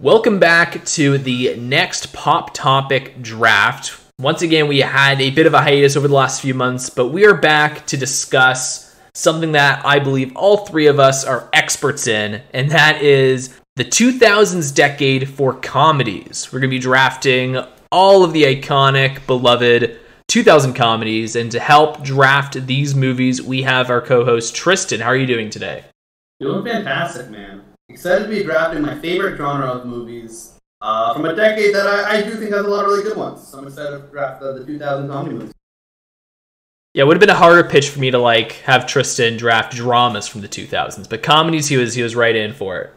Welcome back to the next pop topic draft. Once again, we had a bit of a hiatus over the last few months, but we are back to discuss something that I believe all three of us are experts in, and that is the 2000s decade for comedies. We're going to be drafting all of the iconic, beloved 2000 comedies, and to help draft these movies, we have our co host Tristan. How are you doing today? Doing fantastic, man. Excited to be drafting my favorite genre of movies uh, from a decade that I, I do think has a lot of really good ones. So I'm excited to draft the, the 2000 comedy movies. Yeah, it would have been a harder pitch for me to like have Tristan draft dramas from the 2000s, but comedies he was he was right in for it.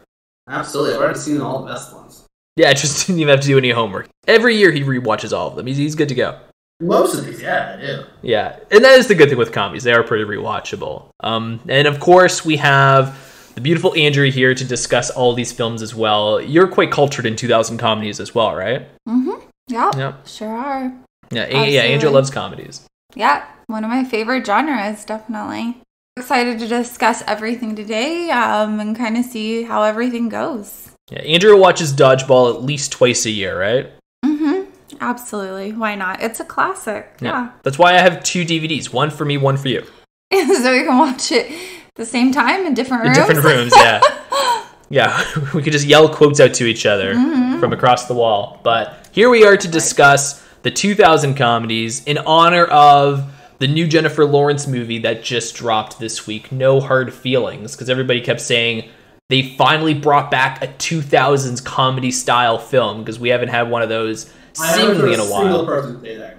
Absolutely, I've already seen all the best ones. Yeah, Tristan didn't even have to do any homework. Every year he rewatches all of them. He's, he's good to go. Most of these, yeah, I do. Yeah, and that is the good thing with comedies; they are pretty rewatchable. Um, and of course we have the beautiful Andrew here to discuss all these films as well. You're quite cultured in 2000 comedies as well, right? Mm-hmm. Yep. Yeah. Sure are. Yeah, A- yeah. Andrew Absolutely. loves comedies. Yeah. One of my favorite genres, definitely. Excited to discuss everything today um, and kind of see how everything goes. Yeah, Andrew watches Dodgeball at least twice a year, right? Mm-hmm. Absolutely. Why not? It's a classic. Yeah. That's why I have two DVDs, one for me, one for you. so we can watch it at the same time in different In rooms. different rooms, yeah. yeah, we could just yell quotes out to each other from across the wall. But here we are to discuss the 2000 comedies in honor of the new Jennifer Lawrence movie that just dropped this week, No Hard Feelings, because everybody kept saying they finally brought back a 2000s comedy style film because we haven't had one of those I haven't seemingly heard in a a while. single person say that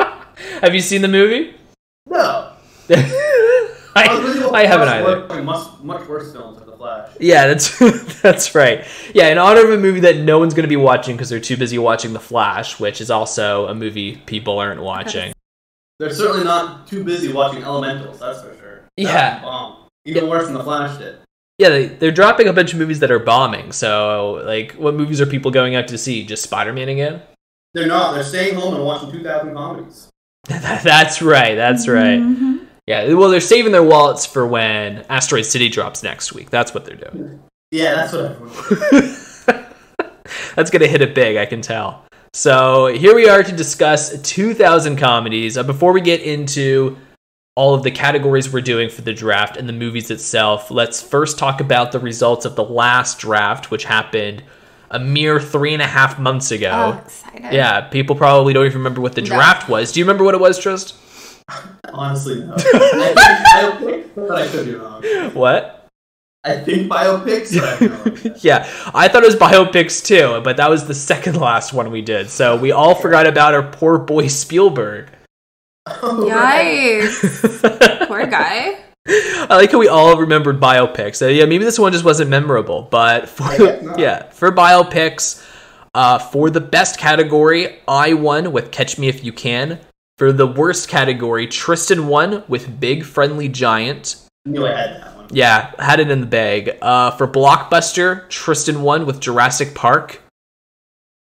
me. Have you seen the movie? No. I, I haven't either. Much, much worse films at the Flash. Yeah, that's that's right. Yeah, in honor of a movie that no one's going to be watching because they're too busy watching The Flash, which is also a movie people aren't watching. They're certainly not too busy watching Elementals, that's for sure. That Yeah. was a bomb. Even worse than the Flash did. Yeah, they, they're dropping a bunch of movies that are bombing. So, like, what movies are people going out to see? Just Spider Man again? They're not. They're staying home and watching 2000 comedies. that's right. That's right. Mhm. Yeah. Well, they're saving their wallets for when Asteroid City drops next week. That's what they're doing. Yeah, that's what everyone. That's gonna hit it big, I can tell. So here we are to discuss 2,000 comedies. Uh, before we get into all of the categories we're doing for the draft and the movies itself, let's first talk about the results of the last draft, which happened a mere three and a half months ago. Oh, excited. yeah, people probably don't even remember what the No. draft was. Do you remember what it was, Trist? Honestly, no. I think biopic, but I could be wrong. What? I think biopics, but I have no idea. Yeah, I thought it was biopics too, but that was the second last one we did. So we all forgot about our poor boy Spielberg. Oh, right. Yikes. Poor guy. I like how we all remembered biopics. Uh, yeah, maybe this one just wasn't memorable, but for I guess not. yeah, for biopics, uh, for the best category, I won with Catch Me If You Can. For the worst category, Tristan won with Big Friendly Giant. I knew I had that one. Yeah, had it in the bag. Uh, for blockbuster, Tristan won with Jurassic Park.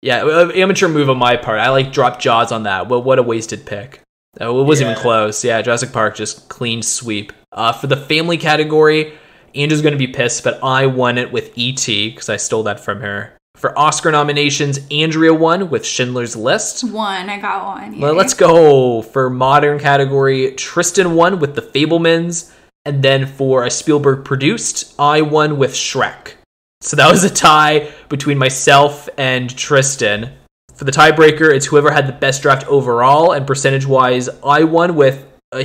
Yeah, uh, amateur move on my part. I like dropped jaws on that. Well, what a wasted pick. Oh, it wasn't Yeah. even close. Yeah, Jurassic Park just clean sweep. Uh, for the family category, Andrew's gonna be pissed, but I won it with ET because I stole that from her. For Oscar nominations, Andrea won with Schindler's List. One. I got one. Well, Yay. let's go for modern category. Tristan won with The Fablemans, and then for a Spielberg produced, I won with Shrek. So that was a tie between myself and Tristan. For the tiebreaker, it's whoever had the best draft overall, and percentage wise, I won with a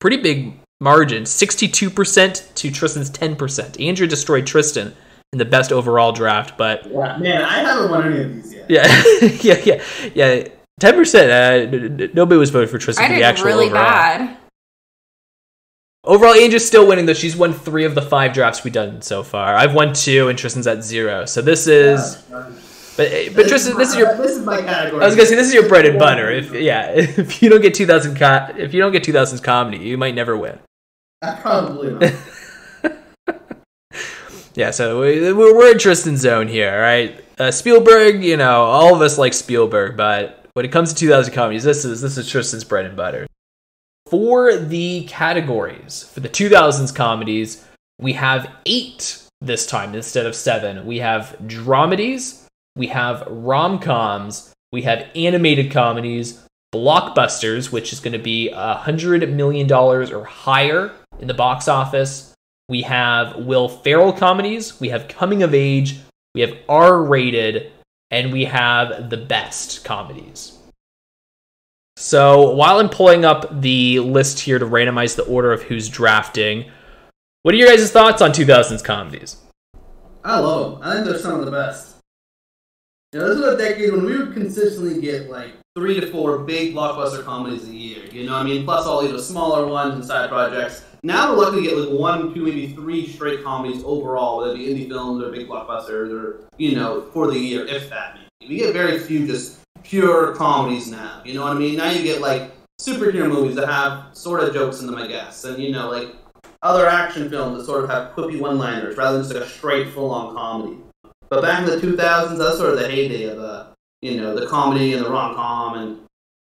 pretty big margin 62% to Tristan's 10%. Andrew destroyed Tristan in the best overall draft, but Yeah, man, I haven't won any of these yet. yeah, yeah, yeah, yeah. Ten percent. Uh, n- n- nobody was voting for Tristan I for did the actual really overall. bad. Overall, Angel's still winning though. She's won three of the five drafts we've done so far. I've won two, and Tristan's at zero. So this is, Yeah. but eh, but Tristan, this is your. Uh, This is my category. I was gonna say this is your bread and butter. If yeah, if you don't get two thousand, co- if you don't get two thousands comedy, you might never win. Probably not. Yeah, so we, we're we're in Tristan's zone here, all right? Uh, Spielberg, you know, all of us like Spielberg, but when it comes to 2000 comedies, this is this is Tristan's bread and butter. For the categories for the 2000s comedies, we have eight this time instead of seven. We have dramedies, we have rom coms, we have animated comedies, blockbusters, which is going to be a hundred million dollars or higher in the box office. We have Will Ferrell comedies, we have coming of age, we have R rated, and we have the best comedies. So while I'm pulling up the list here to randomize the order of who's drafting, what are your guys' thoughts on 2000s comedies? I love them. I think they're some of the best. You know, this was a decade when we would consistently get like three to four big blockbuster comedies a year. You know, what I mean, plus all the other smaller ones and side projects. Now we're lucky to get like one, two, maybe three straight comedies overall, whether it be indie films or big blockbusters or you know for the year, if that. Maybe. We get very few just pure comedies now. You know what I mean? Now you get like superhero movies that have sort of jokes in them, I guess, and you know like other action films that sort of have quippy one-liners rather than just like a straight full-on comedy. But back in the 2000s, that's sort of the heyday of the you know the comedy and the rom-com and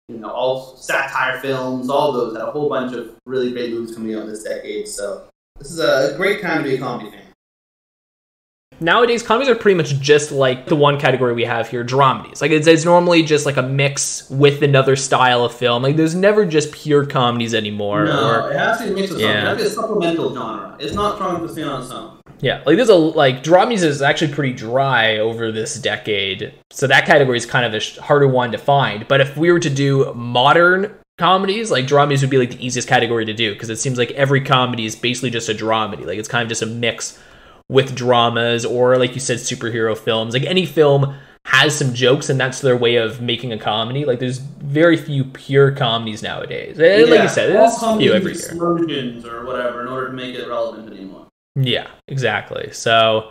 you know all satire films, all those had a whole bunch of really great movies coming out this decade. So this is a great time to be a comedy fan. Nowadays, comedies are pretty much just like the one category we have here, dramedies. Like it's, it's normally just like a mix with another style of film. Like there's never just pure comedies anymore. or- no, it has to be mixed with something. Yeah. It has to be a supplemental genre. It's not trying to stand on its own. Yeah, like there's a like draw music is actually pretty dry over this decade, so that category is kind of a sh- harder one to find. But if we were to do modern comedies, like draw music would be like the easiest category to do because it seems like every comedy is basically just a dramedy. Like it's kind of just a mix with dramas or like you said, superhero films. Like any film has some jokes, and that's their way of making a comedy. Like there's very few pure comedies nowadays. And Eh, Like Yeah, you said, all there's a comedies few every use year. slogans or whatever in order to make it relevant anymore. Yeah, exactly. So,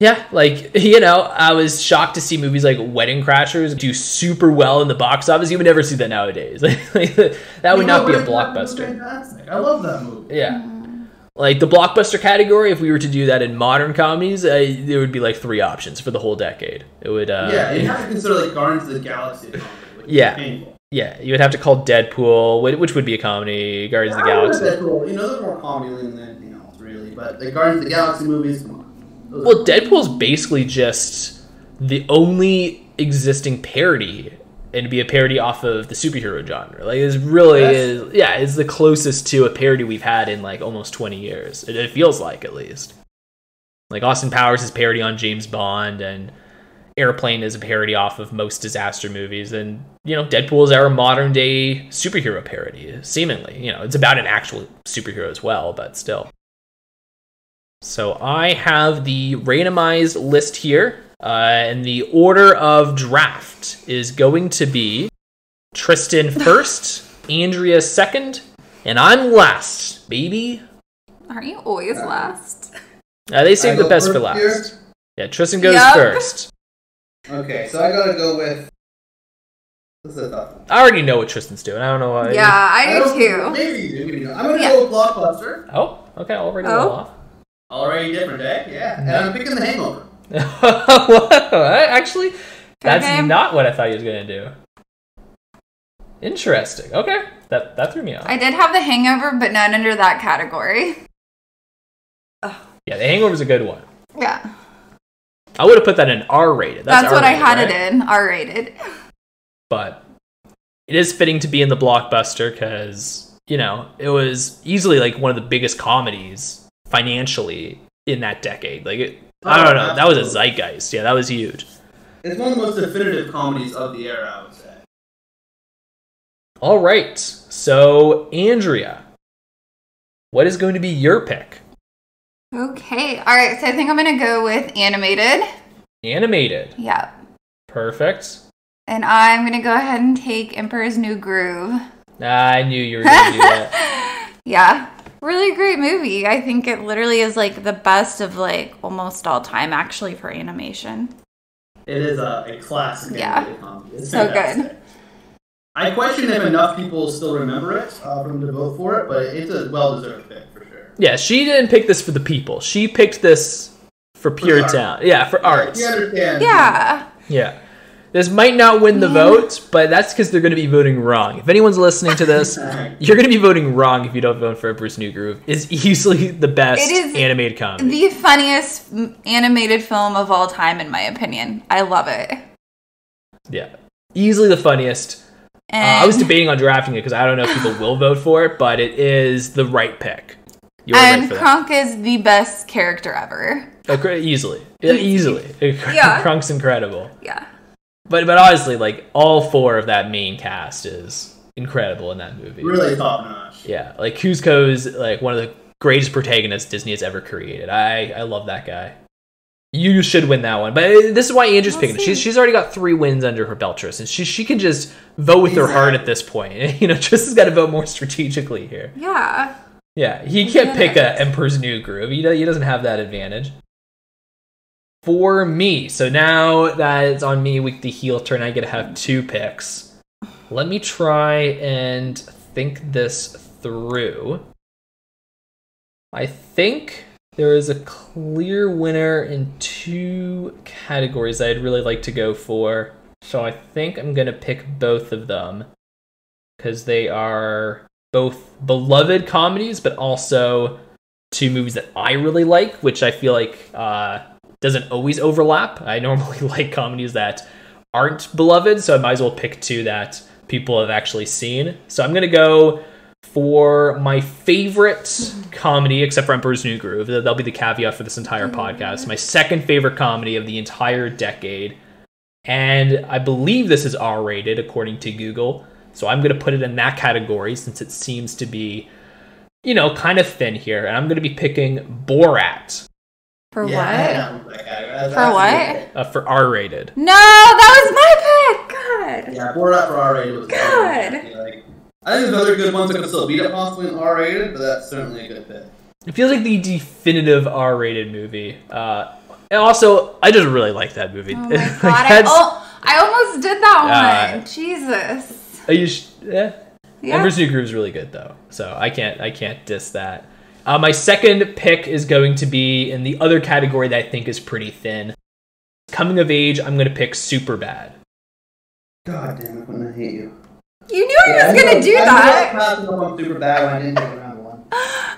yeah, like, you know, I was shocked to see movies like Wedding Crashers do super well in the box office. You would never see that nowadays. Like, that would You know, not be a Red Dragon was blockbuster. Fantastic. I love that movie. Yeah. Like, the blockbuster category, if we were to do that in modern comedies, uh, there would be like three options for the whole decade. It would, uh, yeah, you have to consider like Guardians of the Galaxy. a comedy, which is Yeah. painful. yeah, you would have to call Deadpool, whi- which would be a comedy, Guardians of the I would Galaxy. have said, well, You know, there's more comedy than anything else, really. But the Guardians of the Galaxy movies, come on. Those Well, are- Deadpool's basically just the only existing parody, and it'd be a parody off of the superhero genre. Like, it's really Yes. is, yeah, it's the closest to a parody we've had in like almost twenty years. It, it feels like, at least. Like Austin Powers is parody on James Bond, and Airplane is a parody off of most disaster movies, and you know, Deadpool is our modern day superhero parody, seemingly. You know, it's about an actual superhero as well, but still. So I have the randomized list here, uh, and the order of draft is going to be Tristan first, Andrea second, and I'm last, baby. Aren't you always last? Uh, they I saved the go best for first here? last. Yeah, Tristan goes Yup. first. Okay, so I gotta go with. This is a tough one. I already know what Tristan's doing. I don't know why. yeah, I don't- do too. Maybe you do. maybe you don't. I'm gonna Yeah. go with Blockbuster. Oh, okay. Already Oh. well off. Already different, eh? Yeah. And I'm picking The Hangover. What? Actually, that's Okay. not what I thought he was gonna do. Interesting. Okay, that that threw me off. I did have the hangover, but not under that category. Yeah, The Hangover's a good one. Yeah. I would have put that in R rated. That's, That's, what I R-rated, had right? it in, R rated. But it is fitting to be in the blockbuster because, you know, it was easily like one of the biggest comedies financially in that decade. Like, it, I Oh, don't know. That was a absolutely. zeitgeist. Yeah, that was huge. It's one of the most definitive comedies of the era, I would say. All right. So, Andrea, what is going to be your pick? Okay. All right. So I think I'm going to go with animated. Animated. Yeah. Perfect. And I'm going to go ahead and take Emperor's New Groove. I knew you were going to do that. yeah. Really great movie. I think it literally is like the best of like almost all time actually for animation. It is a, a classic. Yeah. animated comedy. It's So fantastic. good. I question if enough people still remember it uh, from to vote for it, but it's a well-deserved pick for sure. Yeah, she didn't pick this for the people. She picked this for pure art. town. Yeah, for arts. You understand? Yeah. Yeah. This might not win the vote, but that's because they're going to be voting wrong. If anyone's listening to this, uh, you're going to be voting wrong if you don't vote for Bruce New Groove. Is easily the best It is animated comedy. The funniest m- animated film of all time, in my opinion. I love it. Uh, yeah, easily the funniest. Uh, And I was debating on drafting it because I don't know if people will vote for it, but it is the right pick. You were right and for that. Kronk is the best character ever. Okay, easily, Yeah, easily. Yeah. Krunk's incredible. Yeah. But but honestly, like all four of that main cast is incredible in that movie. Really top notch. Yeah, like Kuzco is like one of the greatest protagonists Disney has ever created. I I love that guy. You should win that one, but uh, this is why Andrew's We'll picking. it. see. She's she's already got three wins under her belt, Tristan. She she can just vote with her heart at this point. You know, Tristan's got to vote more strategically here. Yeah. Yeah, he can't Yeah. pick a Emperor's New Groove. He, do- he doesn't have that advantage. For me, so now that it's on me with the heel turn, I get to have two picks. Let me try and think this through. I think there is a clear winner in two categories I'd really like to go for. So I think I'm going to pick both of them because they are both beloved comedies, but also two movies that I really like, which I feel like uh, doesn't always overlap. I normally like comedies that aren't beloved, so I might as well pick two that people have actually seen. So I'm gonna go for my favorite comedy, except for Emperor's New Groove. That- That'll be the caveat for this entire podcast. My second favorite comedy of the entire decade. And I believe this is R rated according to Google. So I'm going to put it in that category since it seems to be, you know, kind of thin here. And I'm going to be picking Borat For Yeah, I had what? that one with that guy. That- that's For a what? good uh, for R rated. No, that was my pick. pick. God. Yeah, board up for R rated was a God. good pick. Like, I think there's other good ones that could still beat it possibly in R rated, but that's certainly a good pick. It feels like the definitive R rated movie. Uh, and also, I just really like that movie. Oh my Like, god. I, that's- oh, I almost did that Yeah. one. Jesus. Are you sh- eh. Yeah. Emperor's New Groove's really good though, so I can't I can't diss that. Uh, my second pick is going to be in the other category that I think is pretty thin. Coming of age, I'm going to pick Super Bad. God damn it, when I hate you. you knew I was going to do I that. knew I passed the one super bad when I didn't take round one.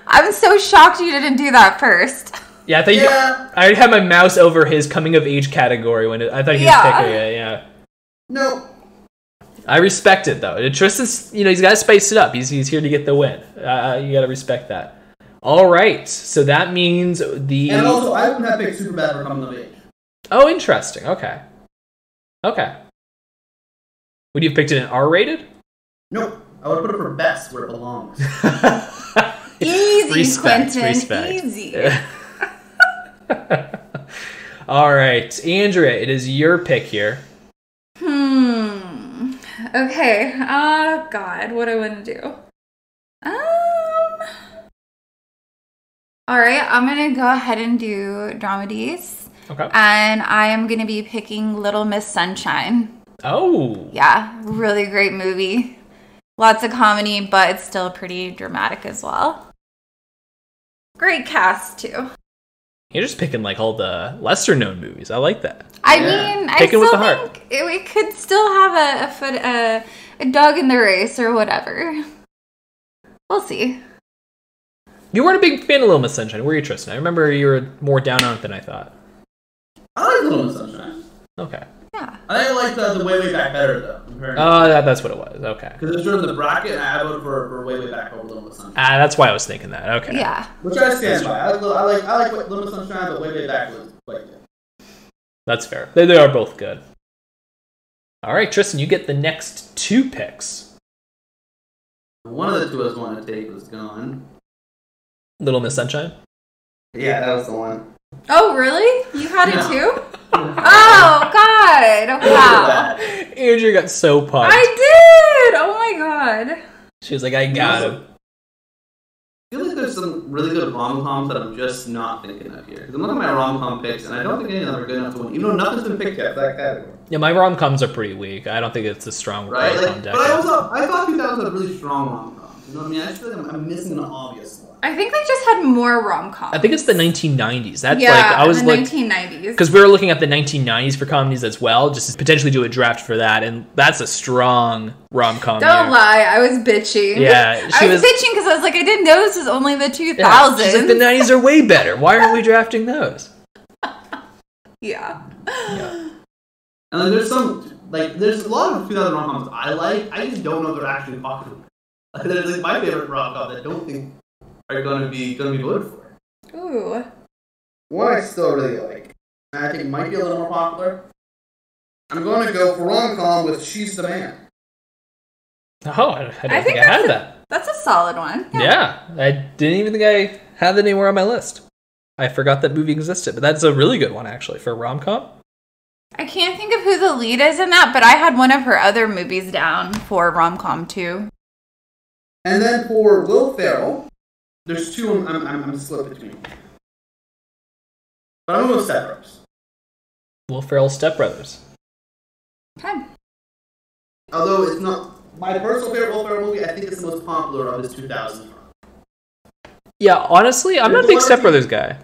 I'm so shocked you didn't do that first. Yeah, I thought you, Yeah, I had my mouse over his coming of age category when it, I thought he was Yeah. picking it. Yeah, no. I respect it though. Tristan's, you know, he's got to spice it up. He's he's here to get the win. Uh, you got to respect that. All right, so that means the And also, I wouldn't have picked super bad for coming of age. Oh, interesting. Okay. Okay. Would you have picked it an R rated? Nope. I would put it for best where it belongs. Easy, Respect, Quentin. respect. Easy. All right, Andrea, it is your pick here. Hmm. Okay. Oh God, what do I want to do? Um. All right, I'm gonna go ahead and do dramedies, Okay. and I am gonna be picking Little Miss Sunshine. Oh, Yeah, really great movie. Lots of comedy, but it's still pretty dramatic as well. Great cast too. you're just picking like all the lesser known movies. I like that. I Yeah. mean, I Take it still with the think heart. It, we could still have a a, foot, a a dog in the race or whatever. We'll see. You weren't a big fan of Little Miss Sunshine, were you, Tristan? I remember you were more down on it than I thought. I like Little Miss Sunshine. Okay. Yeah. I think I like the, the Way Way Back better though. Oh, that, that's what it was. Okay. Because it's during the bracket, and I voted for, for Way Way Back over Little Miss Sunshine, Ah, that's why I was thinking that. Okay. Yeah. which I stand by. I like Little- I like I like Little Miss Sunshine, but Way Way Back was quite good. That's fair. They, they are both good. All right, Tristan, you get the next two picks. One of the two I was wanting to take was gone. Little Miss Sunshine. Yeah, that was the one. Oh, really? You had Yeah. it too? Oh God! Wow. Andrew got so pumped. I did. Oh my God. She was like, I got him. I feel like there's some really good rom coms that I'm just not thinking of here. Because I'm looking at my rom com picks, and I don't think any of them are good enough to win. Even though nothing's been picked yet for that category, Yeah, my rom coms are pretty weak. I don't think it's a strong right? rom com Like, but I also I thought 2000 was a really strong rom com. You know what I mean? I just feel like I'm, I'm missing an obvious one. I think they just had more rom coms. I think it's the 1990s. That's yeah, like I was the like 1990s. because we were looking at the 1990s for comedies as well, just to potentially do a draft for that, and that's a strong rom com. Don't lie, I was bitching. Yeah, she I was, was- bitching because I was like, I didn't know this was only the 2000s. Yeah, she's like, the 90s are way better. Why aren't we drafting those? yeah. And like, there's some like there's a lot of 2000 rom coms I like. I just don't know if they're actually popular. Like, there's like my favorite rom com that I don't think are gonna be gonna be voted for. Ooh. One I still really like. And I think might be a little more popular. I'm gonna go for rom com with She's the Man. Oh, I, I don't I think, think I that's a- had that. That's a solid one. Yeah. I didn't even think I had that anywhere on my list. I forgot that movie existed, but that's a really good one actually for rom com. I can't think of who the lead is in that, but I had one of her other movies down for rom com too. And then for Will Ferrell, there's two I'm I'm, I'm, I'm split between. But I'm gonna go Step Brothers. Will Ferrell's Step Brothers. Okay. Although it's not my personal favorite Will Ferrell movie, I think it's the most popular of his 2000s. rom- Yeah, honestly, I'm not a big Step Brothers guy.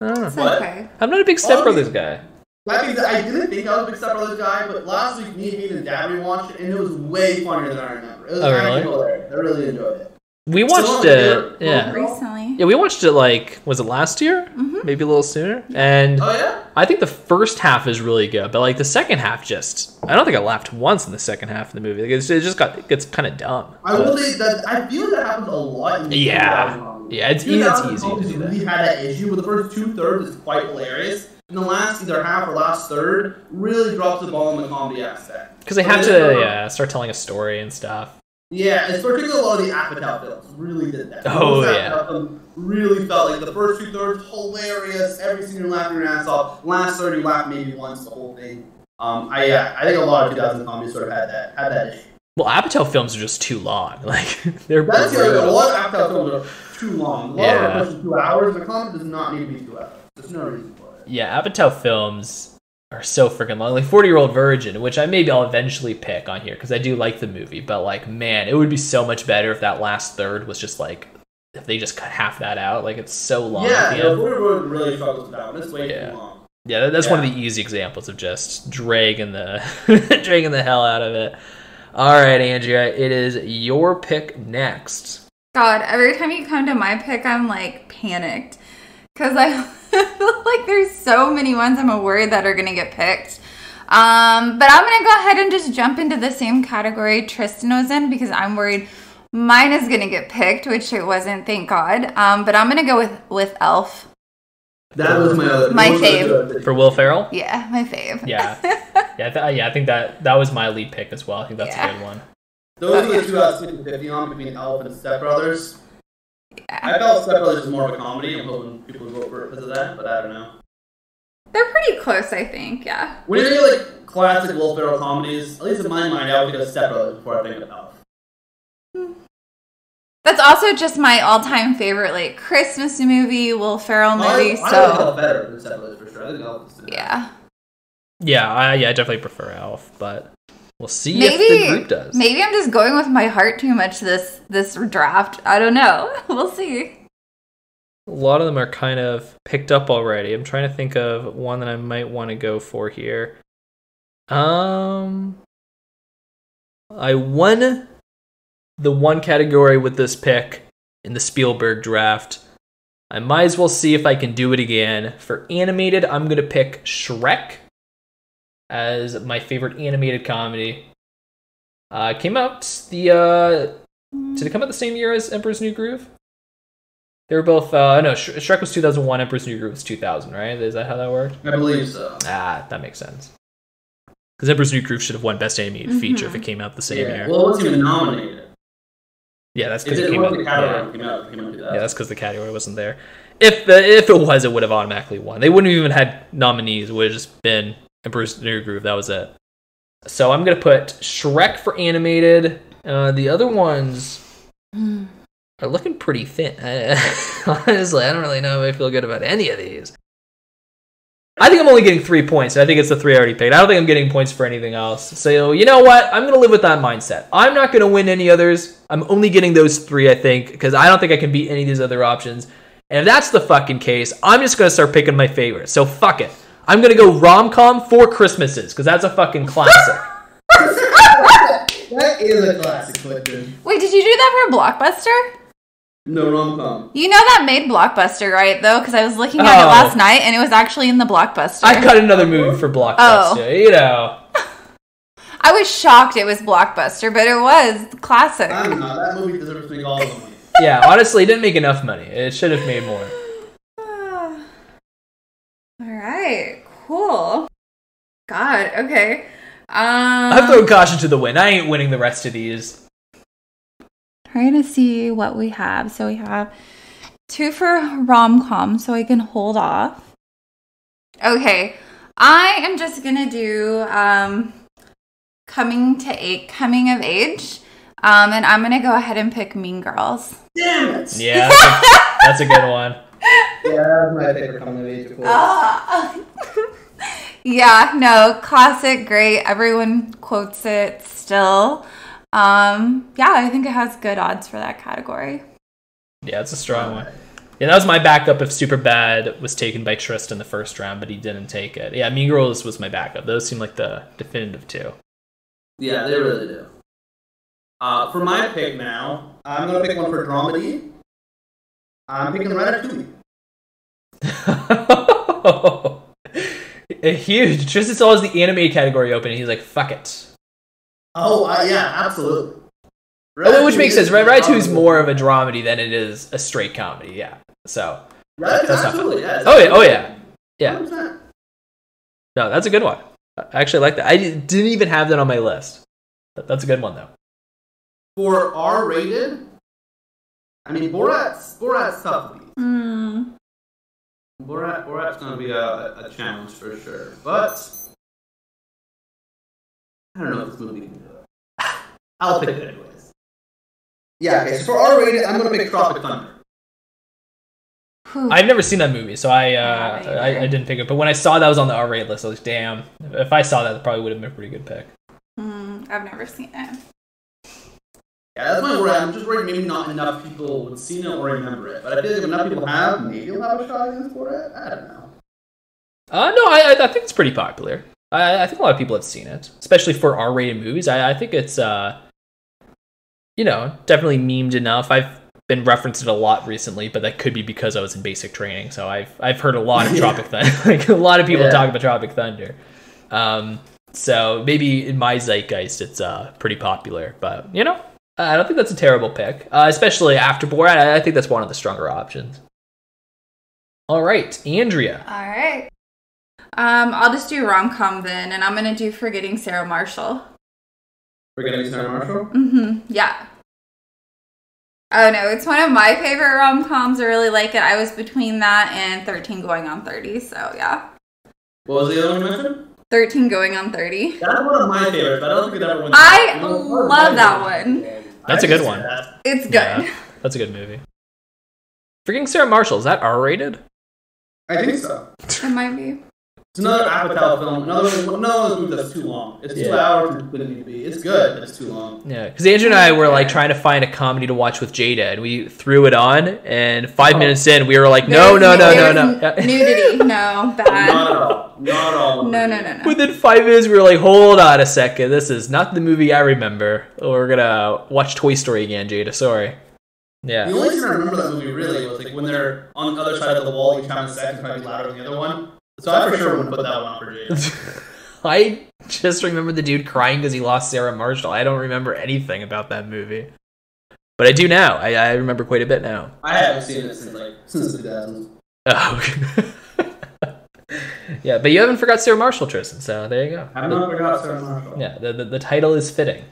I don't know. It's What? okay. I'm not a big Step Brothers guy. That means that I didn't think I was a big Step Brothers guy, but last week me and Ethan Dabney watched it, and it was way funnier than I remember. It was Oh, actually really? hilarious. I really enjoyed it. We It's watched still on there. it. Yeah. Recently. Yeah, we watched it like was it last year? Mhm. Maybe a little sooner. And Oh yeah. I think the first half is really good, but like the second half just I don't think I laughed once in the second half of the movie. Like it's, it just got it gets kind of dumb. I will say that I feel that happens a lot. In the Yeah. 2000 movies. Yeah, it's e- that's 2000 easy to movies do that. really had that issue, but the first two thirds is quite hilarious. And the last either half or last third really drops the ball in the comedy aspect. Because they have But it's to not- yeah, start telling a story and stuff. Yeah, it's particularly a lot of the Apatow films really did that. Oh, Those yeah. Apatow films really felt like the first two thirds hilarious, every scene you're laughing your ass off. Last third you laugh maybe once the whole thing. Um, I yeah, I think a lot of 2000 comedies sort of had that had that issue. Well, Apatow films are just too long. Like they're That's the other thing. A brutal. lot of Apatow films are too long. A lot Yeah. of them are two hours. The comedy does not need to be two hours. There's no reason for it. Yeah, Apatow films are so freaking long. Like Forty Year Old Virgin, which I maybe I'll eventually pick on here because I do like the movie, but like man, it would be so much better if that last third was just like if they just cut half that out. Like it's so long. at Yeah, the yeah. end. Blue Road really struggles with that one. It's way Yeah. too long. Yeah, that- that's one of Yeah. the easy examples of just dragging the dragging the hell out of it. All right, Andrea, it is your pick next. God, every time you come to my pick, I'm like panicked because I feel like there's so many ones I'm worried that are gonna get picked. Um, but I'm gonna go ahead and just jump into the same category Tristan was in because I'm worried mine is gonna get picked, which it wasn't, thank God. Um, but I'm gonna go with with Elf. That was my other My those were fave. the other- For Will Ferrell? Yeah, my fave. Yeah. Yeah, th- yeah, I think that that was my lead pick as well. I think that's Yeah. a good one. Those were the two I was 50 on between Elf and Step Brothers. I felt Step Brothers was more of a comedy. I'm hoping people would vote for it because of that, but I don't know. They're pretty close, I think. Yeah. When you do like classic Will Ferrell comedies, at least in my mind, I would go Step Brothers before I think of Elf. That's also just my all-time favorite, like Christmas movie, Will Ferrell movie. I, I like so Elf better than Step Brothers for sure. I think Elf is yeah. Yeah, I, yeah, I definitely prefer Elf, but we'll see if Maybe- the group does. Maybe I'm just going with my heart too much this this draft. I don't know. We'll see. A lot of them are kind of picked up already. I'm trying to think of one that I might want to go for here. Um, I won the one category with this pick in the Spielberg draft. I might as well see if I can do it again. For animated, I'm going to pick Shrek as my favorite animated comedy. Uh, it came out the uh, did it come out the same year as Emperor's New Groove? They were both. Uh, no, Sh- Shrek was 2001. Emperor's New Groove was 2000, right? Is that how that worked? I believe so. Ah, that makes sense. Because Emperor's New Groove should have won Best Animated Feature if Mhm. it came out the same yeah. year. Well, it wasn't even nominated. yeah, that's It because it, didn't came work out. the yeah. category. Came out, came out to that. Yeah, that's because the category wasn't there. If the if it was, it would have automatically won. They wouldn't have even had nominees. It would have just been Emperor's New Groove. That was it. So I'm gonna put Shrek for animated. Uh, the other ones are looking pretty thin. I, honestly, I don't really know if I feel good about any of these. I think I'm only getting three points. and I think it's the three I already picked. I don't think I'm getting points for anything else. So you know what? I'm gonna live with that mindset. I'm not gonna win any others. I'm only getting those three, I think, because I don't think I can beat any of these other options. And if that's the fucking case, I'm just gonna start picking my favorites. So fuck it. I'm gonna go rom com for Christmases because that's a fucking classic. That is a classic Clifton. Wait, did you do that for Blockbuster? No rom com. You know that made Blockbuster, right? Though, because I was looking at it Oh. last night, and it was actually in the Blockbuster. I cut another movie for Blockbuster. Oh. You know, I was shocked it was Blockbuster, but it was classic. Um. I'm not. That movie deserves to make all of them. yeah. Honestly, it didn't make enough money. It should have made more. All right, cool. God, okay. Um, I'm throwing caution to the wind. I ain't winning the rest of these. trying to see what we have. So we have two for rom com, so I can hold off. Okay, I am just gonna do um, coming to eight, coming of age, um, and I'm gonna go ahead and pick Mean Girls. Damn it! Yeah, that's a, that's a good one. Yeah, that was my favorite coming of age, of course. Ah. yeah, no, classic, great. Everyone quotes it still. Um, yeah, I think it has good odds for that category. Yeah, it's a strong one. Yeah, that was my backup if Superbad was taken by Trist in the first round, but he didn't take it. Yeah, Mean Girls was my backup. Those seem like the definitive two. Yeah, they really do. Uh, for my pick now, I'm gonna pick one for dramedy. I'm picking Ratatouille. a huge. Trist saw always the anime category open, and he's like, "Fuck it." Oh, uh, yeah, absolutely. Oh, which makes sense. Ratatouille Right, is Ratatouille's dramedy. more of a dramedy than it is a straight comedy. Yeah. So, Right, That's not- absolutely. Yeah, oh yeah, oh yeah, yeah. 100%. No, that's a good one. I actually like that. I didn't even have that on my list. But That's a good one though. For R-rated, I mean Borat's Borat's tough. to beat. Mm. Borat Borat's gonna be a, a challenge for sure, but I don't know if this movie can do it. I'll pick it anyways. Yeah, okay. So for R-rated, I'm gonna pick Tropic Thunder. Whew. I've never seen that movie, so I I uh, haven't either. I, I didn't pick it. But when I saw that was on the R rated list, I was like, damn. If I saw that, that probably would have been a pretty good pick. Mm, I've never seen it. Yeah, that's my worry. I'm just worried maybe not enough people would see it or remember it. But I feel like if enough people have, maybe you'll have a shot against Borat. I don't know. Uh, no, I, I- I think it's pretty popular. I, I think a lot of people have seen it, especially for R rated movies. I, I think it's uh, you know, definitely memed enough. I've been referenced it a lot recently, but that could be because I was in basic training, so I've I've heard a lot of Yeah. Tropic Thunder. like a lot of people Yeah. talk about Tropic Thunder. Um, so maybe in my zeitgeist, it's uh pretty popular. But you know, I don't think that's a terrible pick, uh, especially after Borat. I, I think that's one of the stronger options. All right, Andrea. All right. Um, I'll just do rom com then, and I'm gonna do Forgetting Sarah Marshall. We're gonna use Sarah Marshall. Mm-hmm. Yeah. Oh no, it's one of my favorite rom coms. I really like it. I was between that and 13 Going on 30, so yeah. What was the other one you mentioned? 13 Going on 30. That's one of my favorites, but I don't think that one. I love that one. That's a good one. It's good. Yeah. That's a good movie. Freaking Sarah Marshall, is that R rated? I think so. It might be. It's another Apatow film. Another one, another one that's too long. It's two Yeah. hours and it didn't need to be. It's good, but it's too long. Yeah, because Andrew and I were like trying to find a comedy to watch with Jada, and we threw it on, and five Oh. minutes in, we were like, no, no, no, no, There's no. n- Nudity. No, Not bad. at all. Not at all. No, no, no, no. Within five minutes, we were like, hold on a second, this is not the movie I remember. We're gonna watch Toy Story again, Jada. Sorry. The Yeah. only reason I remember that movie really was like when they're on the other side of the wall, each time the second might be louder than the other one. So I for sure wouldn't put that one on for Jada. I just remember the dude crying because he lost Sarah Marshall. I don't remember anything about that movie, but I do now. I, I remember quite a bit now. I haven't seen it since like since 2000. Oh. yeah, but you haven't forgot Sarah Marshall, Tristan. So there you go. I've not forgot Sarah Marshall. Yeah, the, the, the title is fitting.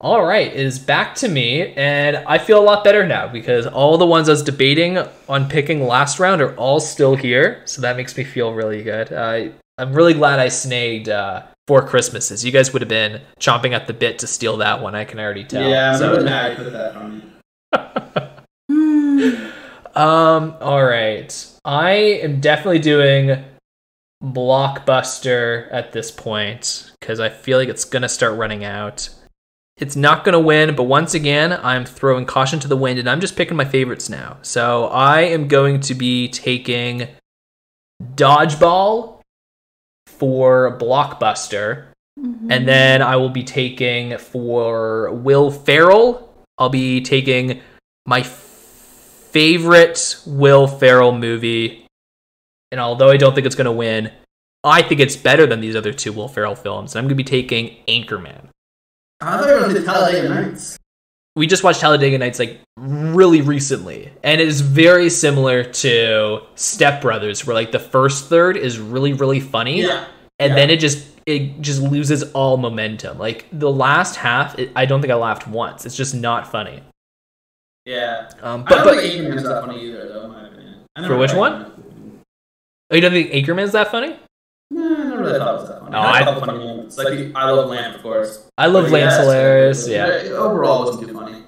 All right, it is back to me, and I feel a lot better now because all the ones I was debating on picking last round are all still here. So that makes me feel really good. I I'm really glad I snagged uh, four Christmases. You guys would have been chomping at the bit to steal that one. I can already tell. Yeah, I'm So- so mad I put that on. Hmm. Um, all right. I am definitely doing blockbuster at this point because I feel like it's gonna start running out. It's not gonna win, but once again, I'm throwing caution to the wind and I'm just picking my favorites now. So I am going to be taking Dodgeball for blockbuster, and then I will be taking for Will Ferrell. I'll be taking my f- favorite Will Ferrell movie and although I don't think it's going to win, I think it's better than these other two Will Ferrell films. And I'm going to be taking Anchorman. I thought you were going to Talladega Nights. We just watched Talladega Nights like really recently, and it is very similar to Step Brothers, where like the first third is really really funny, Yeah. and yeah. then it just it just loses all momentum. Like the last half, it, I don't think I laughed once. It's just not funny. Yeah. Um, I but don't but think Anchorman's that funny either, though, in my opinion. I For never which liked one? Anchorman. oh, you don't think Anchorman's that funny? Nah, I never really thought it was that funny. Oh, I I- had a couple funny moments. Like, the- I love Lamp, of course. I love But Lance Oh, yeah, Hilarious. it's- Yeah. it Overall, it wasn't too funny.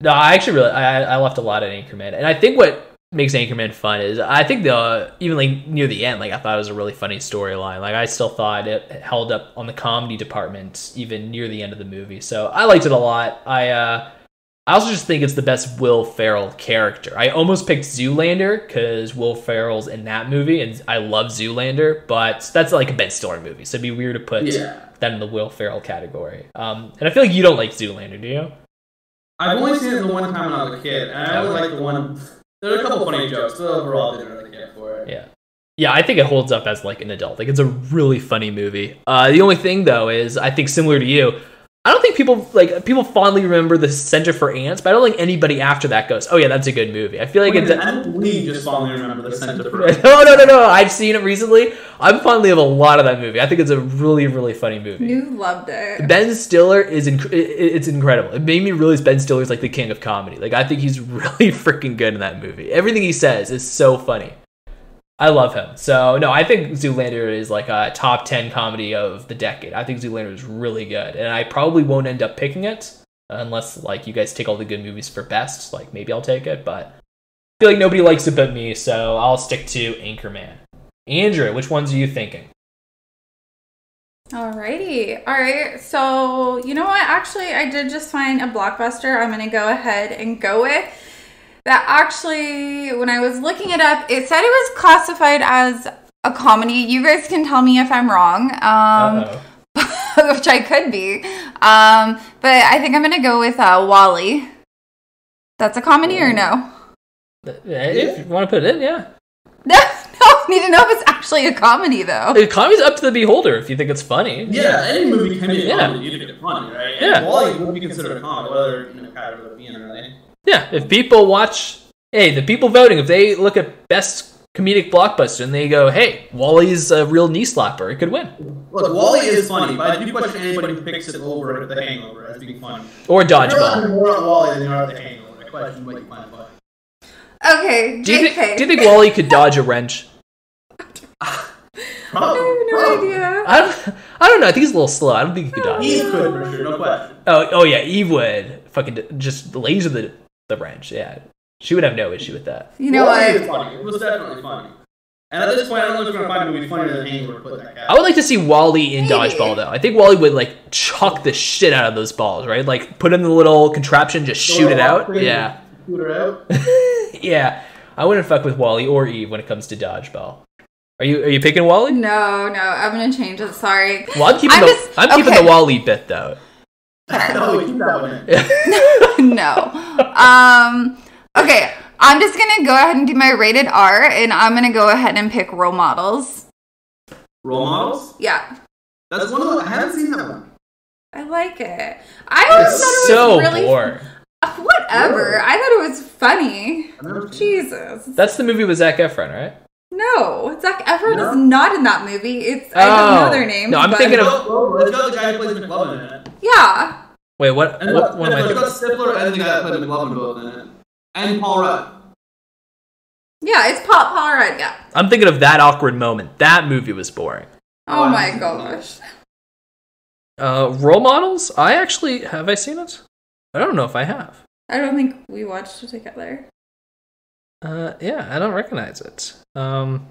No, I actually really I, I left a lot at Anchorman, and I think what makes Anchorman fun is I think the even like near the end, like I thought it was a really funny storyline. Like I still thought it held up on the comedy department even near the end of the movie. So I liked it a lot. I uh I also just think it's the best Will Ferrell character. I almost picked Zoolander because Will Ferrell's in that movie, and I love Zoolander, but that's like a Ben Stiller movie, so it'd be weird to put Yeah. that in the Will Ferrell category. Um, and I feel like you don't like Zoolander, do you? I've only seen it the one time when I was a kid, and I only liked the one. There were a couple funny jokes, but overall, I didn't really care for it. Yeah, I think it holds up as like an adult. Like it's a really funny movie. Uh, the only thing though is I think similar to you, I don't think people like people fondly remember the Center for Ants, but I don't think anybody after that goes, "Oh yeah, that's a good movie." I feel like it's. I don't really just fondly remember the center for it. no, no, no, no. I've seen it recently. I'm fondly of a lot of that movie. I think it's a really, really funny movie. You loved it. Ben Stiller is inc- i- i- it's incredible. It made me realize Ben Stiller's like the king of comedy. Like I think he's really freaking good in that movie. Everything he says is so funny. I love him. So no, I think Zoolander is like a top ten comedy of the decade. I think Zoolander is really good, and I probably won't end up picking it unless like you guys take all the good movies for best. Like maybe I'll take it, but I feel like nobody likes it but me, so I'll stick to Anchorman. Andrew, which ones are you thinking? Alrighty. Alright, so you know what? Actually, I did just find a blockbuster I'm gonna go ahead and go with. That actually, when I was looking it up, it said it was classified as a comedy. You guys can tell me if I'm wrong. Um, Uh-oh. Uh-huh. which I could be. Um, but I think I'm gonna go with uh, Wally. That's a comedy or no? eh, If you want to put it in, yeah. No, no. Need to know if it's actually a comedy though. The comedy's up to the beholder if you think it's funny. Yeah, any movie can be a Yeah. comedy. You can get funny, right? And Yeah. Wall-E would be considered a comedy, whether you know, kind of being really. Yeah, if people watch, hey, the people voting, if they look at best comedic blockbuster and they go, hey, Wally's a real knee slapper, it could win. Look, Wally is funny, but I do question anybody who picks it over The Hangover as being funny. Or You're dodgeball. laughing more at Wally than you are at The Hangover. I question what you find funny. Okay, JK. Do you, think, do you think Wally could dodge a wrench? I Probably. Oh. have no probably. idea. I don't, I don't know. I think he's a little slow. I don't think he could dodge. He's good for sure, no question. Oh, oh yeah, Eve would fucking d- just laser the the wrench. Yeah, she would have no issue with that. You know Wall-E is what? funny. It was definitely funny. And at this point, I don't know if you're going to find a movie funnier than Hangover put in that I cat. would like to see Wally in Maybe. dodgeball though. I think Wally would like chuck the shit out of those balls, right? Like put in the little contraption, just shoot it out. Yeah. Shoot it out. yeah, I wouldn't fuck with Wally or Eve when it comes to dodgeball. Are you are you picking Wally? No, no. I'm gonna change it. Sorry. Well, I'm keeping I'm the just- I'm keeping okay. the Wally bit though. no, keep that one in. no. Um. Okay. I'm just gonna go ahead and do my rated R, and I'm gonna go ahead and pick role models. Role models? Yeah, That's one of the, I haven't seen that one. I like it. I always It's thought it so was really boring. whatever. I thought it was funny. I've never seen Jesus. That's the movie with Zac Efron, right? No, Zach Efron No? is not in that movie. It's I don't Oh. know their names. No, I'm but- thinking it. of- Well, well, Let's go with the guy who plays McLovin in it. yeah. Wait, what? And What one am I let's go thinking? with Stifler and the guy that played McLovin both in it. And Paul Rudd. Yeah, it's Paul Paul Rudd. Yeah. I'm thinking of that awkward moment. That movie was boring. Oh, Oh, my I- gosh. Uh, role models? I actually have I seen it? I don't know if I have. I don't think we watched it together. Uh, yeah, I don't recognize it. Um,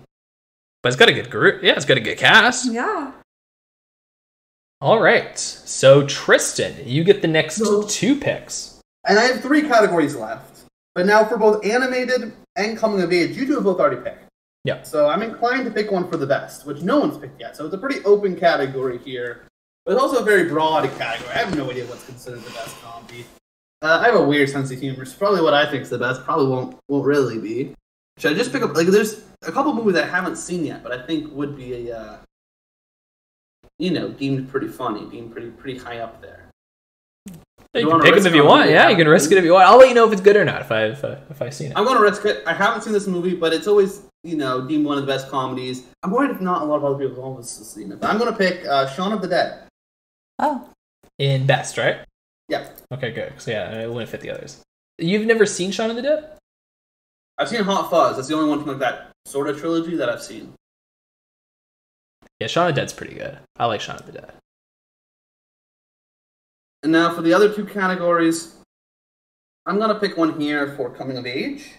But it's got a good group. Yeah, it's got a good cast. Yeah. All right. So Tristan, you get the next two picks. And I have three categories left. But now for both animated and coming of age, you two have both already picked. Yeah. So I'm inclined to pick one for the best, which no one's picked yet. So it's a pretty open category here. But it's also a very broad category. I have no idea what's considered the best comedy. Uh, I have a weird sense of humor. So probably what I think is the best probably won't won't really be. Should I just pick up like there's a couple movies I haven't seen yet, but I think would be a uh, you know deemed pretty funny, deemed pretty pretty high up there. You, You can wanna pick them risk if you it? want. Yeah, you can risk it if you want. I'll let you know if it's good or not if I've uh, if I've seen it. I'm going to risk it. I haven't seen this movie, but it's always, you know, deemed one of the best comedies. I'm worried if not a lot of other people have also seen it. But I'm going to pick uh, Shaun of the Dead. Oh. In best, right? Yeah. Okay, good. So yeah, it wouldn't fit the others. You've never seen Shaun of the Dead? I've seen Hot Fuzz. That's the only one from like that sort of trilogy that I've seen. Yeah, Shaun of the Dead's pretty good. I like Shaun of the Dead. And now for the other two categories, I'm going to pick one here for coming of age.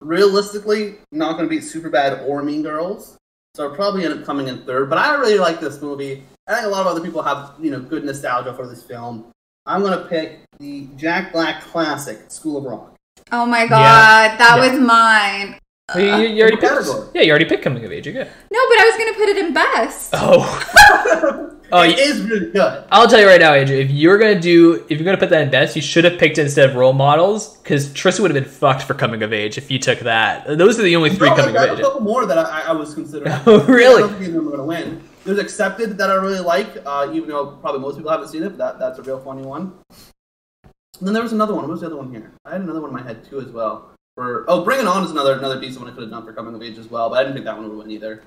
Realistically, not going to beat Superbad or Mean Girls. So I'll probably end up coming in third. But I really like this movie. I think a lot of other people have, you know, good nostalgia for this film. I'm going to pick the Jack Black classic, School of Rock. Oh my god, that Yeah. was mine. You- you, you already Uh, in what picked. category? Yeah, you already picked Coming of Age. You're good. No, but I was gonna put it in best. Oh, Oh, oh, it you- is really good. I'll tell you right now, Andrew. If you're gonna do, if you're gonna put that in best, you should have picked instead of role models, because Tristan would have been fucked for Coming of Age if you took that. Those are the only three No, Coming I of got a Age. couple more that I, I- I was considering. Oh, really? I don't think I'm going to win. There's Accepted that I really like, uh, even though probably most people haven't seen it, but that, that's a real funny one. And then there was another one. What was the other one here? I had another one in my head too as well. For oh, Bring It On is another another decent one I could have done for Coming of Age as well, but I didn't think that one would win either.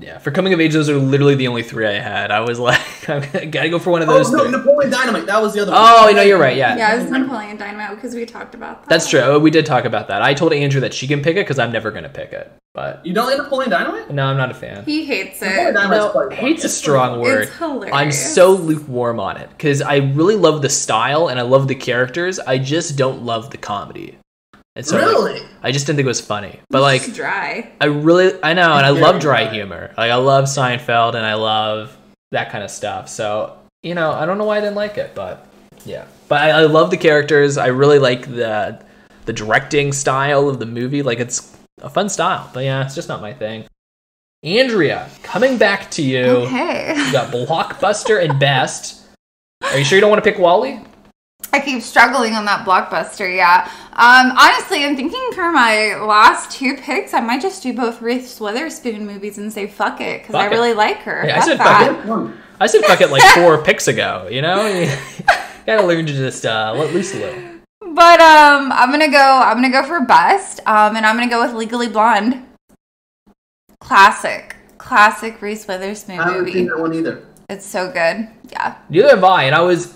Yeah, for Coming of Age, those are literally the only three I had. I was like, I gotta go for one of Oh those. no, three. Napoleon Dynamite. That was the other one. Oh, no, you're right. Yeah. Yeah, it was Napoleon Dynamite because we talked about that. That's true. Oh, We did talk about that. I told Andrew that she can pick it because I'm never gonna pick it. But You don't like Napoleon Dynamite? no, I'm not a fan. He hates Napoleon it. Dynamite's Uh, No, quite funny. hate's a It's strong word. It's hilarious. I'm so lukewarm on it because I really love the style and I love the characters. I just don't love the comedy. And so like, really? I just didn't think it was funny. But like It's dry. I really I know and I Very love dry dry. humor. Like I love Seinfeld and I love that kind of stuff. So, you know, I don't know why I didn't like it, but yeah. But I, I love the characters. I really like the the directing style of the movie. Like it's a fun style. But yeah, it's just not my thing. Andrea, coming back to you. Okay. You got Blockbuster and Best. Are you sure you don't want to pick Wally? I keep struggling on that blockbuster, yeah. Um, honestly, I'm thinking for my last two picks, I might just do both Reese Witherspoon movies and say fuck it because I Fuck it. really like her. Yeah, I Fuck said fuck that. Good one. I said fuck it like four picks ago, you know? You gotta learn to just uh, let loose a little. But um, I'm gonna go. I'm gonna go for best. Um, and I'm gonna go with Legally Blonde. Classic, classic Reese Witherspoon I haven't seen movie. that one either. It's so good. Yeah. Neither have I, and I was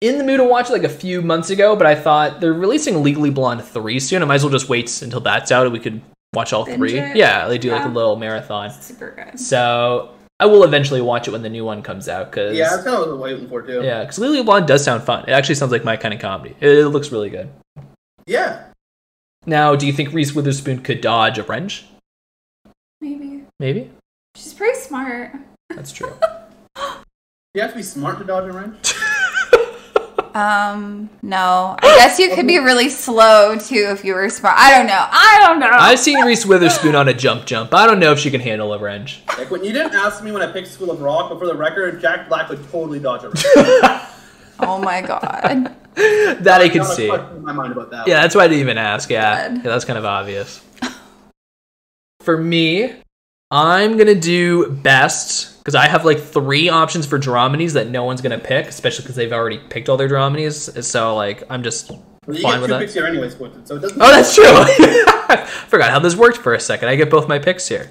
in the mood to watch it like a few months ago, but I thought they're releasing Legally Blonde 3 soon. I might as well just wait until that's out and we could watch all Binge three. it? Yeah, they do like a Yeah. little marathon. Super good. So I will eventually watch it when the new one comes out, because. Yeah, that's kind of what I was waiting for too. Yeah, because Legally Blonde does sound fun. It actually sounds like my kind of comedy. It, it looks really good. yeah. Now, do you think Reese Witherspoon could dodge a wrench? Maybe Maybe. she's pretty smart. That's true. You have to be smart to dodge a wrench. Um, no. I guess you could be really slow too if you were smart. I don't know. I don't know. I've seen Reese Witherspoon on a jump jump. I don't know if she can handle a wrench. like when you didn't ask me when I picked School of Rock, but for the record, Jack Black would totally dodge a wrench. oh my god. That I can Not a see. question in my mind about that. Yeah, that's why I didn't even ask. Yeah, God. yeah that's kind of obvious. For me, I'm gonna do best because I have like three options for dramedies that no one's gonna pick, especially because they've already picked all their dramedies. So like, I'm just Well, you fine get with two that. picks here anyways, Quentin, so it doesn't. Oh, that's true. Forgot how this worked for a second. I get both my picks here.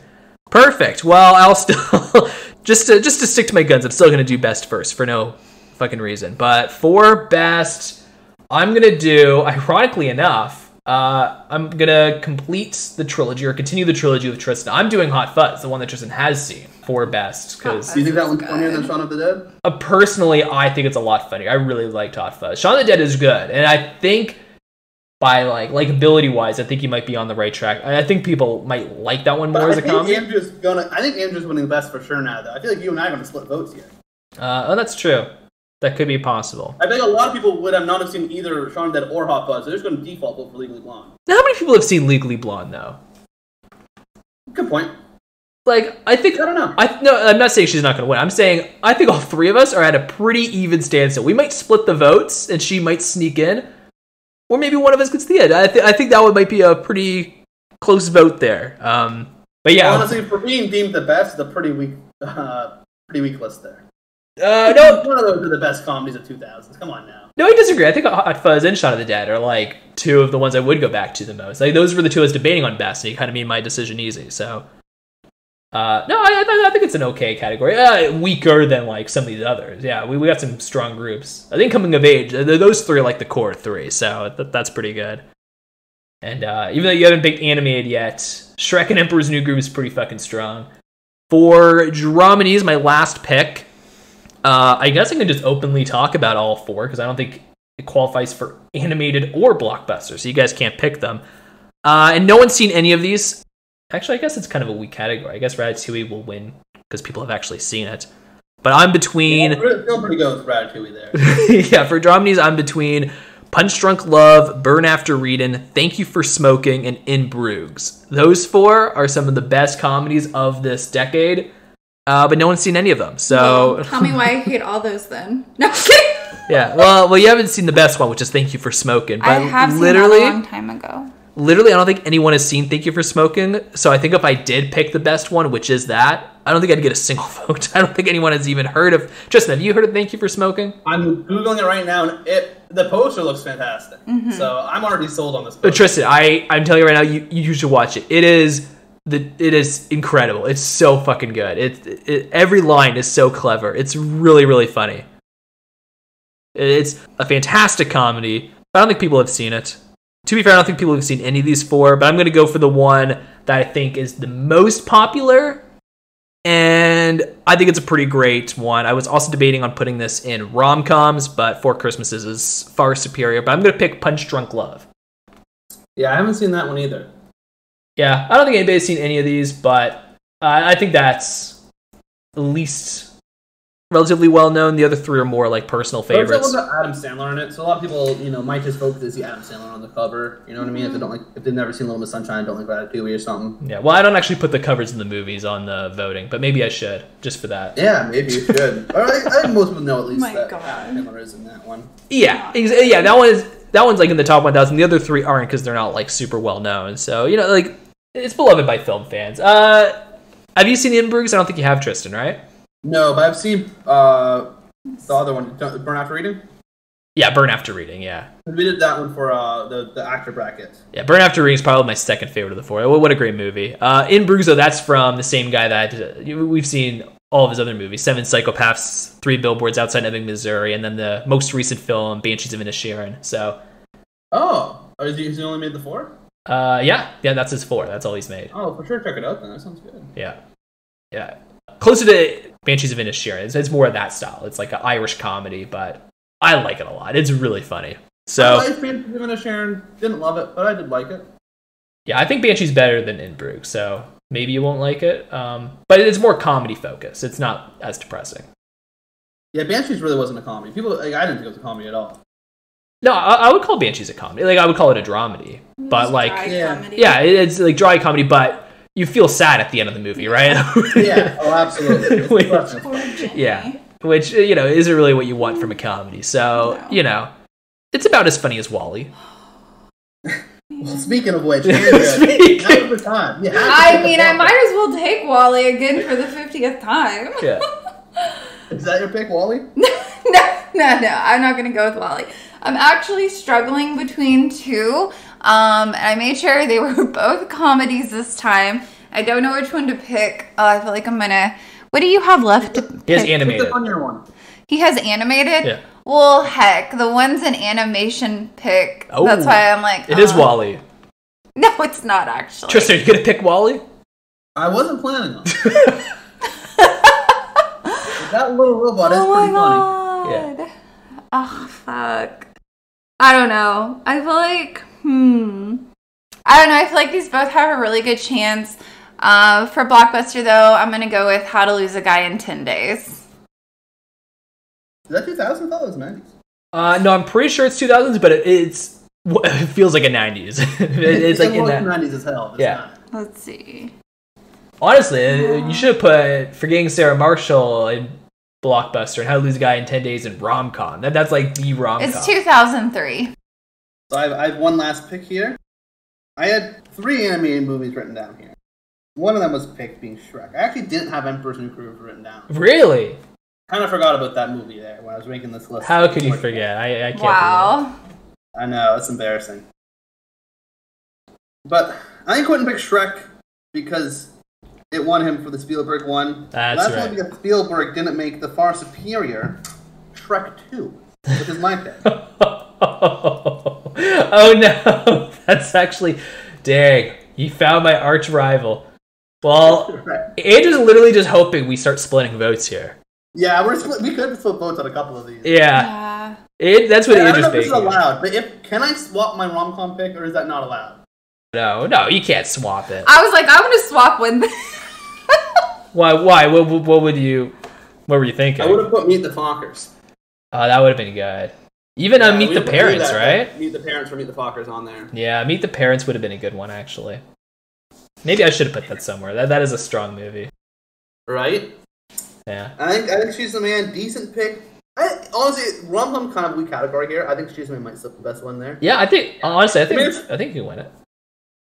Perfect. Well, I'll still just to just to stick to my guns. I'm still gonna do best first for no fucking reason. But for best, I'm gonna do. Ironically enough, uh, I'm gonna complete the trilogy or continue the trilogy with Tristan. I'm doing Hot Fuzz, the one that Tristan has seen for best because Do you think that one's Good. funnier than Shaun of the Dead? uh, personally, I think it's a lot funnier. I really liked Hot Fuzz. Shaun of the Dead is good, and I think by like likability wise, I think he might be on the right track. I I think people might like that one But more I as a think comedy. Andrew's gonna. I think Andrew's winning the best for sure now, though. I feel like you and I are gonna split votes here. Uh, oh, that's true. That could be possible. I think a lot of people would have not have seen either Sean Dead or Hot Fuzz. They're just gonna default vote for Legally Blonde. Now, how many people have seen Legally Blonde though? Good point. Like, I think I don't know. I no, I'm not saying she's not going to win. I'm saying I think all three of us are at a pretty even standstill. We might split the votes, and she might sneak in, or maybe one of us could steal it. I, th- I think that would might be a pretty close vote there. Um, but yeah, Honestly, for being deemed the best, the pretty weak, uh, pretty weak list there. uh, no, one of those are the best comedies of 2000s. Come on now. no, I disagree. I think Hot Fuzz and Shot of the Dead are like two of the ones I would go back to the most. Like those were the two I was debating on best, and you kind of made my decision easy. So. Uh, no, I, I th- I think it's an okay category. Uh, weaker than like some of these others. Yeah, we, we got some strong groups. I think coming of age, th- th- those three are like the core three, so th- that's pretty good. And uh, even though you haven't picked animated yet, Shrek and Emperor's New Groove is pretty fucking strong. For Dramedies, my last pick, uh, I guess I can just openly talk about all four because I don't think it qualifies for animated or blockbuster, so you guys can't pick them. Uh, and no one's seen any of these. Actually, I guess it's kind of a weak category. I guess Ratatouille will win because people have actually seen it. But I'm between Feel feel pretty good with Ratatouille there. yeah, for Dramedies, I'm between Punch Drunk Love, Burn After Reading, Thank You for Smoking, and In Bruges. Those four are some of the best comedies of this decade, uh, but no one's seen any of them. So, Tell me why I hate all those then. No, I'm kidding. yeah. Well, well, you haven't seen the best one, which is Thank You for Smoking. But I have seen literally, that a long time ago. literally, I don't think anyone has seen Thank You for Smoking. So I think if I did pick the best one, which is that, I don't think I'd get a single vote. I don't think anyone has even heard of. Justin, have you heard of Thank You for Smoking? I'm googling it right now, and it the poster looks fantastic. Mm-hmm. So I'm already sold on this. But Poster. Tristan, Uh, I I'm telling you right now, you you should watch it. It is the it is incredible. It's so fucking good. It, it every line is so clever. It's really really funny. It's a fantastic comedy. But I don't think people have seen it. To be fair, I don't think people have seen any of these four. But I'm gonna go for the one that I think is the most popular. And I think it's a pretty great one. I was also debating on putting this in rom coms, but Four Christmases is far superior. But I'm going to pick Punch Drunk Love. yeah, I haven't seen that one either. Yeah, I don't think anybody's seen any of these, but uh, I think that's at least relatively well known. The other three are more like personal favorites. Favorites. Adam Sandler in it, so a lot of people, you know, might just vote to see Adam Sandler on the cover. You know what I mean? Mm-hmm. If they don't like, if they've never seen Little Miss Sunshine, don't like Ratatouille or something. Yeah, well, I don't actually put the covers in the movies on the voting, but maybe I should just for that. Yeah, maybe you should. Or I, I think most people know at least My that God. Adam Sandler is in that one. Yeah, ex- yeah, that one is that one's like in the top 1,000. The other three aren't because they're not like super well known. So you know, like it's beloved by film fans. Uh, have you seen In Bruges? I don't think you have, Tristan, right? No, but I've seen uh, the other one, Don't- Burn After Reading. Yeah, Burn After Reading. Yeah, We did that one for uh, the the actor bracket. Yeah, Burn After Reading is probably my second favorite of the four. What what a great movie. Uh, In Bruges, though, that's from the same guy that uh, you- we've seen all of his other movies Seven Psychopaths, Three Billboards Outside Ebbing, Missouri, and then the most recent film, Banshees of Inisherin. So, Oh, or is he, is he only made the four? uh, yeah, yeah, that's his four. That's all he's made. Oh, for sure, check it out then. That sounds good. Yeah. Yeah. Closer to Banshees of Inisherin. It's, it's more of that style. It's like an Irish comedy, but I like it a lot. It's really funny. So, I liked Phantom Women of Sharon. Didn't love it, but I did like it. Yeah, I think Banshee's better than In Inbrook, so maybe you won't like it. Um, but it's more comedy focused. It's not as depressing. Yeah, Banshees really wasn't a comedy. People, like, I didn't think it was a comedy at all. No, I, I would call Banshee's a comedy. Like I would call it a dramedy. But It's like, dry yeah. comedy. yeah, it- it's like dry comedy, but you feel sad at the end of the movie, right? Yeah, oh, absolutely. It's Wait. depressing. Poor Jenny. Yeah. Which you know isn't really what you want from a comedy. So No. you know, it's about as funny as Wally. Well, speaking of which, Speaking- Andrea, now's the time. You have to I pick a mean, I film. might as well take Wally again for the 50th time. Yeah. Is that your pick, Wally? no, no, no. I'm not gonna go with Wally. I'm actually struggling between two. Um, and I made sure they were both comedies this time. I don't know which one to pick. Uh, I feel like I'm gonna. What do you have left? To He has pick? Pick animated. the funnier one. He has animated. Yeah. Well, heck, the one's an animation pick. Oh. That's why I'm like. It is uh, Wally. No, it's not actually. Tristan, are you gonna pick Wally? I wasn't planning on. it. that little robot is oh my pretty funny. god. Oh fuck. I don't know. I feel like hmm. I don't know. I feel like these both have a really good chance. Uh, for blockbuster though, I'm gonna go with How to Lose a Guy in Ten Days. Is that 2000? I thought it was 90s. Uh, no, I'm pretty sure it's 2000s, but it, it's it feels like a 90s. It- it's like It in was that. 90s as hell. but it's Yeah. not. Let's see. Honestly, uh, you should have put Forgetting Sarah Marshall in Blockbuster and How to Lose a Guy in 10 Days in rom com. That, that's like the rom com. It's 2003. So I have, I have one last pick here. I had three animated movies written down here. One of them was picked being Shrek. I actually didn't have Emperor's New Groove written down. really? Kind of forgot about that movie there when I was making this list. How could you forget? I, I can't. believe Wow. I know it's embarrassing. But I think Quentin picked Shrek because it won him for the Spielberg one. That's and that's right. only because Spielberg didn't make the far superior Shrek two, which is my pick. it. oh no, that's actually. Dang, you found my arch rival. Well, Right. Andrew's literally just hoping we start splitting votes here. Yeah, we're split, we could split votes on a couple of these. Yeah, Yeah. it, that's what And I don't Andrew's know if thinking. this is allowed, but if can I swap my rom com pick or is that not allowed? No, no, you can't swap it. I was like, I'm gonna swap one. Why? Why? What, what, what would you? What were you thinking? I would have put Meet the Fockers. Oh, that would have been good. Even on Yeah, Meet we the would do Parents, that, right? Meet the Parents or Meet the Fockers on there. Yeah, Meet the Parents would have been a good one actually. Maybe I should have put that somewhere. That that is a strong movie. Right? Yeah. I think I think she's the man. Decent pick. I, honestly, rom com kind of weak category here. I think she's the man might slip the best one there. Yeah, I think honestly, I think I mean, I think you win it.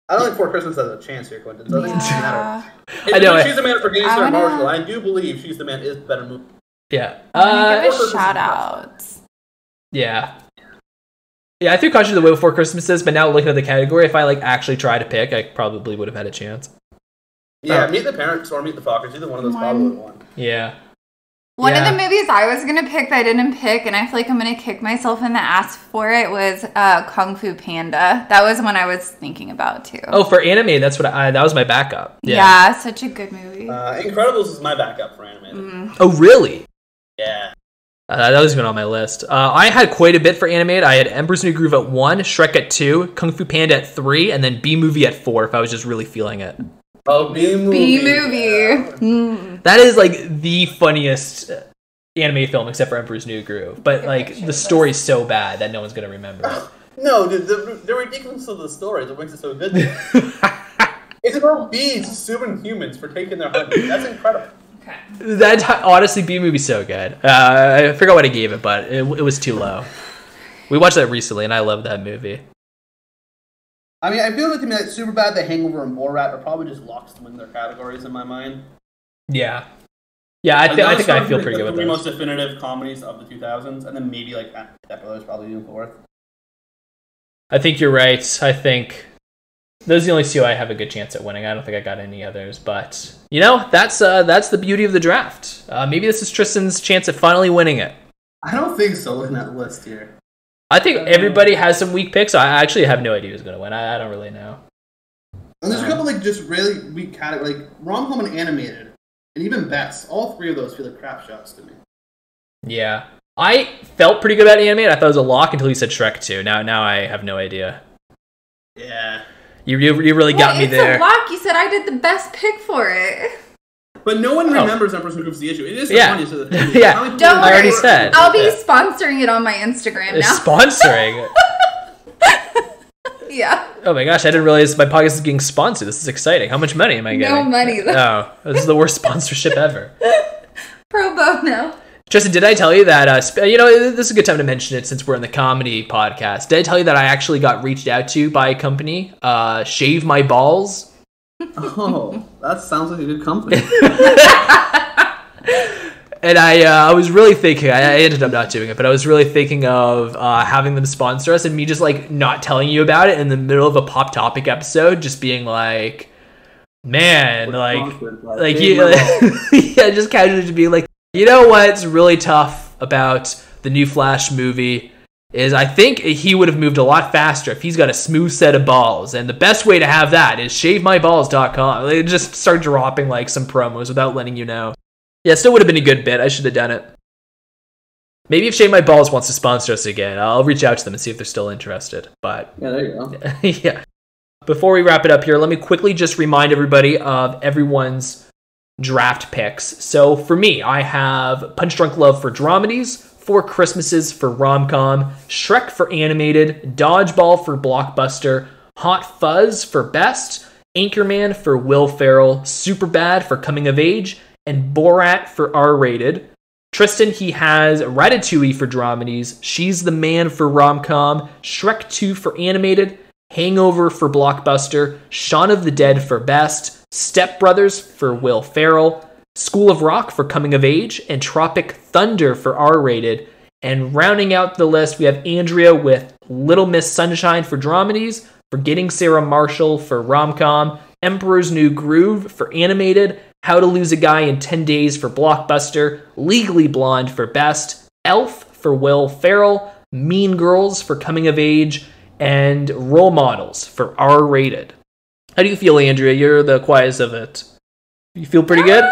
I don't think Four Christmas has a chance here, Quentin. So I think it doesn't matter. yeah. I know, If I- she's the man for getting I Sarah wanna- Marshall. I do believe she's the man is better movie. Yeah. I'm gonna Uh, it- give a shout out. yeah. Yeah, I threw Caution to the Way Before Christmases, but now looking at the category, if I like actually try to pick, I probably would have had a chance. Yeah, Oh. Meet the Parents or Meet the Fockers. Either one of those probably would have won. Yeah. One Yeah. of the movies I was gonna pick that I didn't pick, and I feel like I'm gonna kick myself in the ass for it, was uh, Kung Fu Panda. That was one I was thinking about too. Oh, for anime, that's what I that was my backup. Yeah. yeah. such a good movie. Uh, Incredibles is my backup for animated. Mm. Oh, really? Yeah. Uh, that was even on my list. Uh, I had quite a bit for animated. I had Emperor's New Groove at one, Shrek at two, Kung Fu Panda at three, and then B Movie at four. If I was just really feeling it, Oh, B movie. B movie. Mm. that is like the funniest uh, anime film except for Emperor's New Groove. But Okay, like picture the this. story's so bad that no one's gonna remember. No, dude, the, the ridiculous of the story is what makes it so good. it's about bees, superhumans, for taking their honey. That's incredible. Okay. that honestly, B Movie's so good. Uh, I forgot what I gave it, but it, it was too low. We watched that recently, and I love that movie. I mean, I feel like to me that Superbad, The Hangover, and Borat are probably just locks to win their categories in my mind. Yeah, Uh, yeah. I, thi- I think I feel pretty good with The those. most definitive comedies of the 2000s, and then maybe like Step Brothers probably doing fourth. I think you're right. I think those are the only two I have a good chance at winning. I don't think I got any others, but you know, that's uh, that's the beauty of the draft. Uh, maybe this is Tristan's chance at finally winning it. I don't think so. Looking at the list here, I think Um, everybody has some weak picks. I actually have no idea who's going to win. I, I don't really know. and there's a couple like just really weak categories, like rom com and animated, and even best. All three of those feel like crap shots to me. Yeah, I felt pretty good about animated. I thought it was a lock until you said Shrek 2. Now, now I have no idea. Yeah, You you, you really got Well, me it's there. a lock. You said I did the best pick for it. but no one Oh. remembers Emperor's New Groove's the issue. It is the Yeah. funniest of the things. Yeah. How many Don't people I already remember- said. I'll be sponsoring it on my Instagram It's now. sponsoring. yeah. oh my gosh, I didn't realize my podcast is getting sponsored. This is exciting. How much money am I getting? No money though. Oh, this is the worst sponsorship ever. Pro bono. Justin, did I tell you that? Uh, sp- you know, this is a good time to mention it since we're in the comedy podcast. Did I tell you that I actually got reached out to by a company, uh, Shave My Balls? Oh, that sounds like a good company. And I, uh, I was really thinking. I I ended up not doing it, but I was really thinking of uh, having them sponsor us, and me just like not telling you about it in the middle of a pop topic episode, just being like, "Man, like, like you, yeah, just casually to be like, you know what's really tough about the new Flash movie is I think he would have moved a lot faster if he's got a smooth set of balls, and the best way to have that is shavemyballs.com. They just start dropping like some promos without letting you know. Yeah, it still would have been a good bit. I should have done it. Maybe if Shave My Balls wants to sponsor us again, I'll reach out to them and see if they're still interested. But Yeah, there you go. yeah. Before we wrap it up here, let me quickly just remind everybody of everyone's draft picks. So for me, I have Punch Drunk Love for dramedies, Four Christmases for rom com, Shrek for animated, Dodgeball for blockbuster, Hot Fuzz for best, Anchorman for Will Ferrell, Superbad for coming of age, and Borat for R rated. Tristan, he has Ratatouille for dramedies, She's the Man for rom com, Shrek 2 for animated, Hangover for blockbuster, Shaun of the Dead for best, Step Brothers for Will Ferrell, School of Rock for coming of age, and Tropic Thunder for R rated. And rounding out the list, we have Andrea with Little Miss Sunshine for dramedies, Forgetting Sarah Marshall for rom com, Emperor's New Groove for animated, How to Lose a Guy in 10 Days for blockbuster, Legally Blonde for best, Elf for Will Ferrell, Mean Girls for coming of age, and Role Models for R rated. How do you feel, Andrea? You're the quietest of it. You feel pretty good?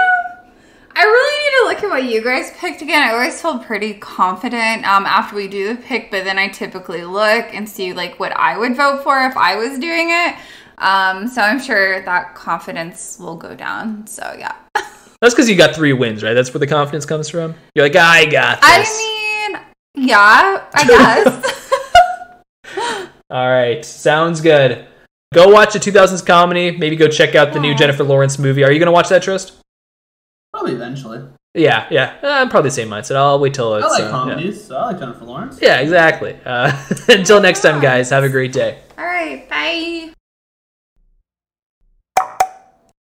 I really need to look at what you guys picked again. I always feel pretty confident um, after we do the pick, but then I typically look and see like what I would vote for if I was doing it. Um, so I'm sure that confidence will go down. So yeah, That's because you got three wins, right? That's where the confidence comes from. You're like, I got this. I mean, yeah, I guess. All right, sounds good. Go watch a 2000s comedy. Maybe go check out the new Yeah. Jennifer Lawrence movie. Are you gonna watch that, Trist? Probably eventually. Yeah, yeah. Uh, I'm probably the same mindset. I'll wait till it's. I uh, like comedies, so I like Jennifer Lawrence. Yeah, yeah exactly. Uh, until next time, guys. Have a great day. All right, bye.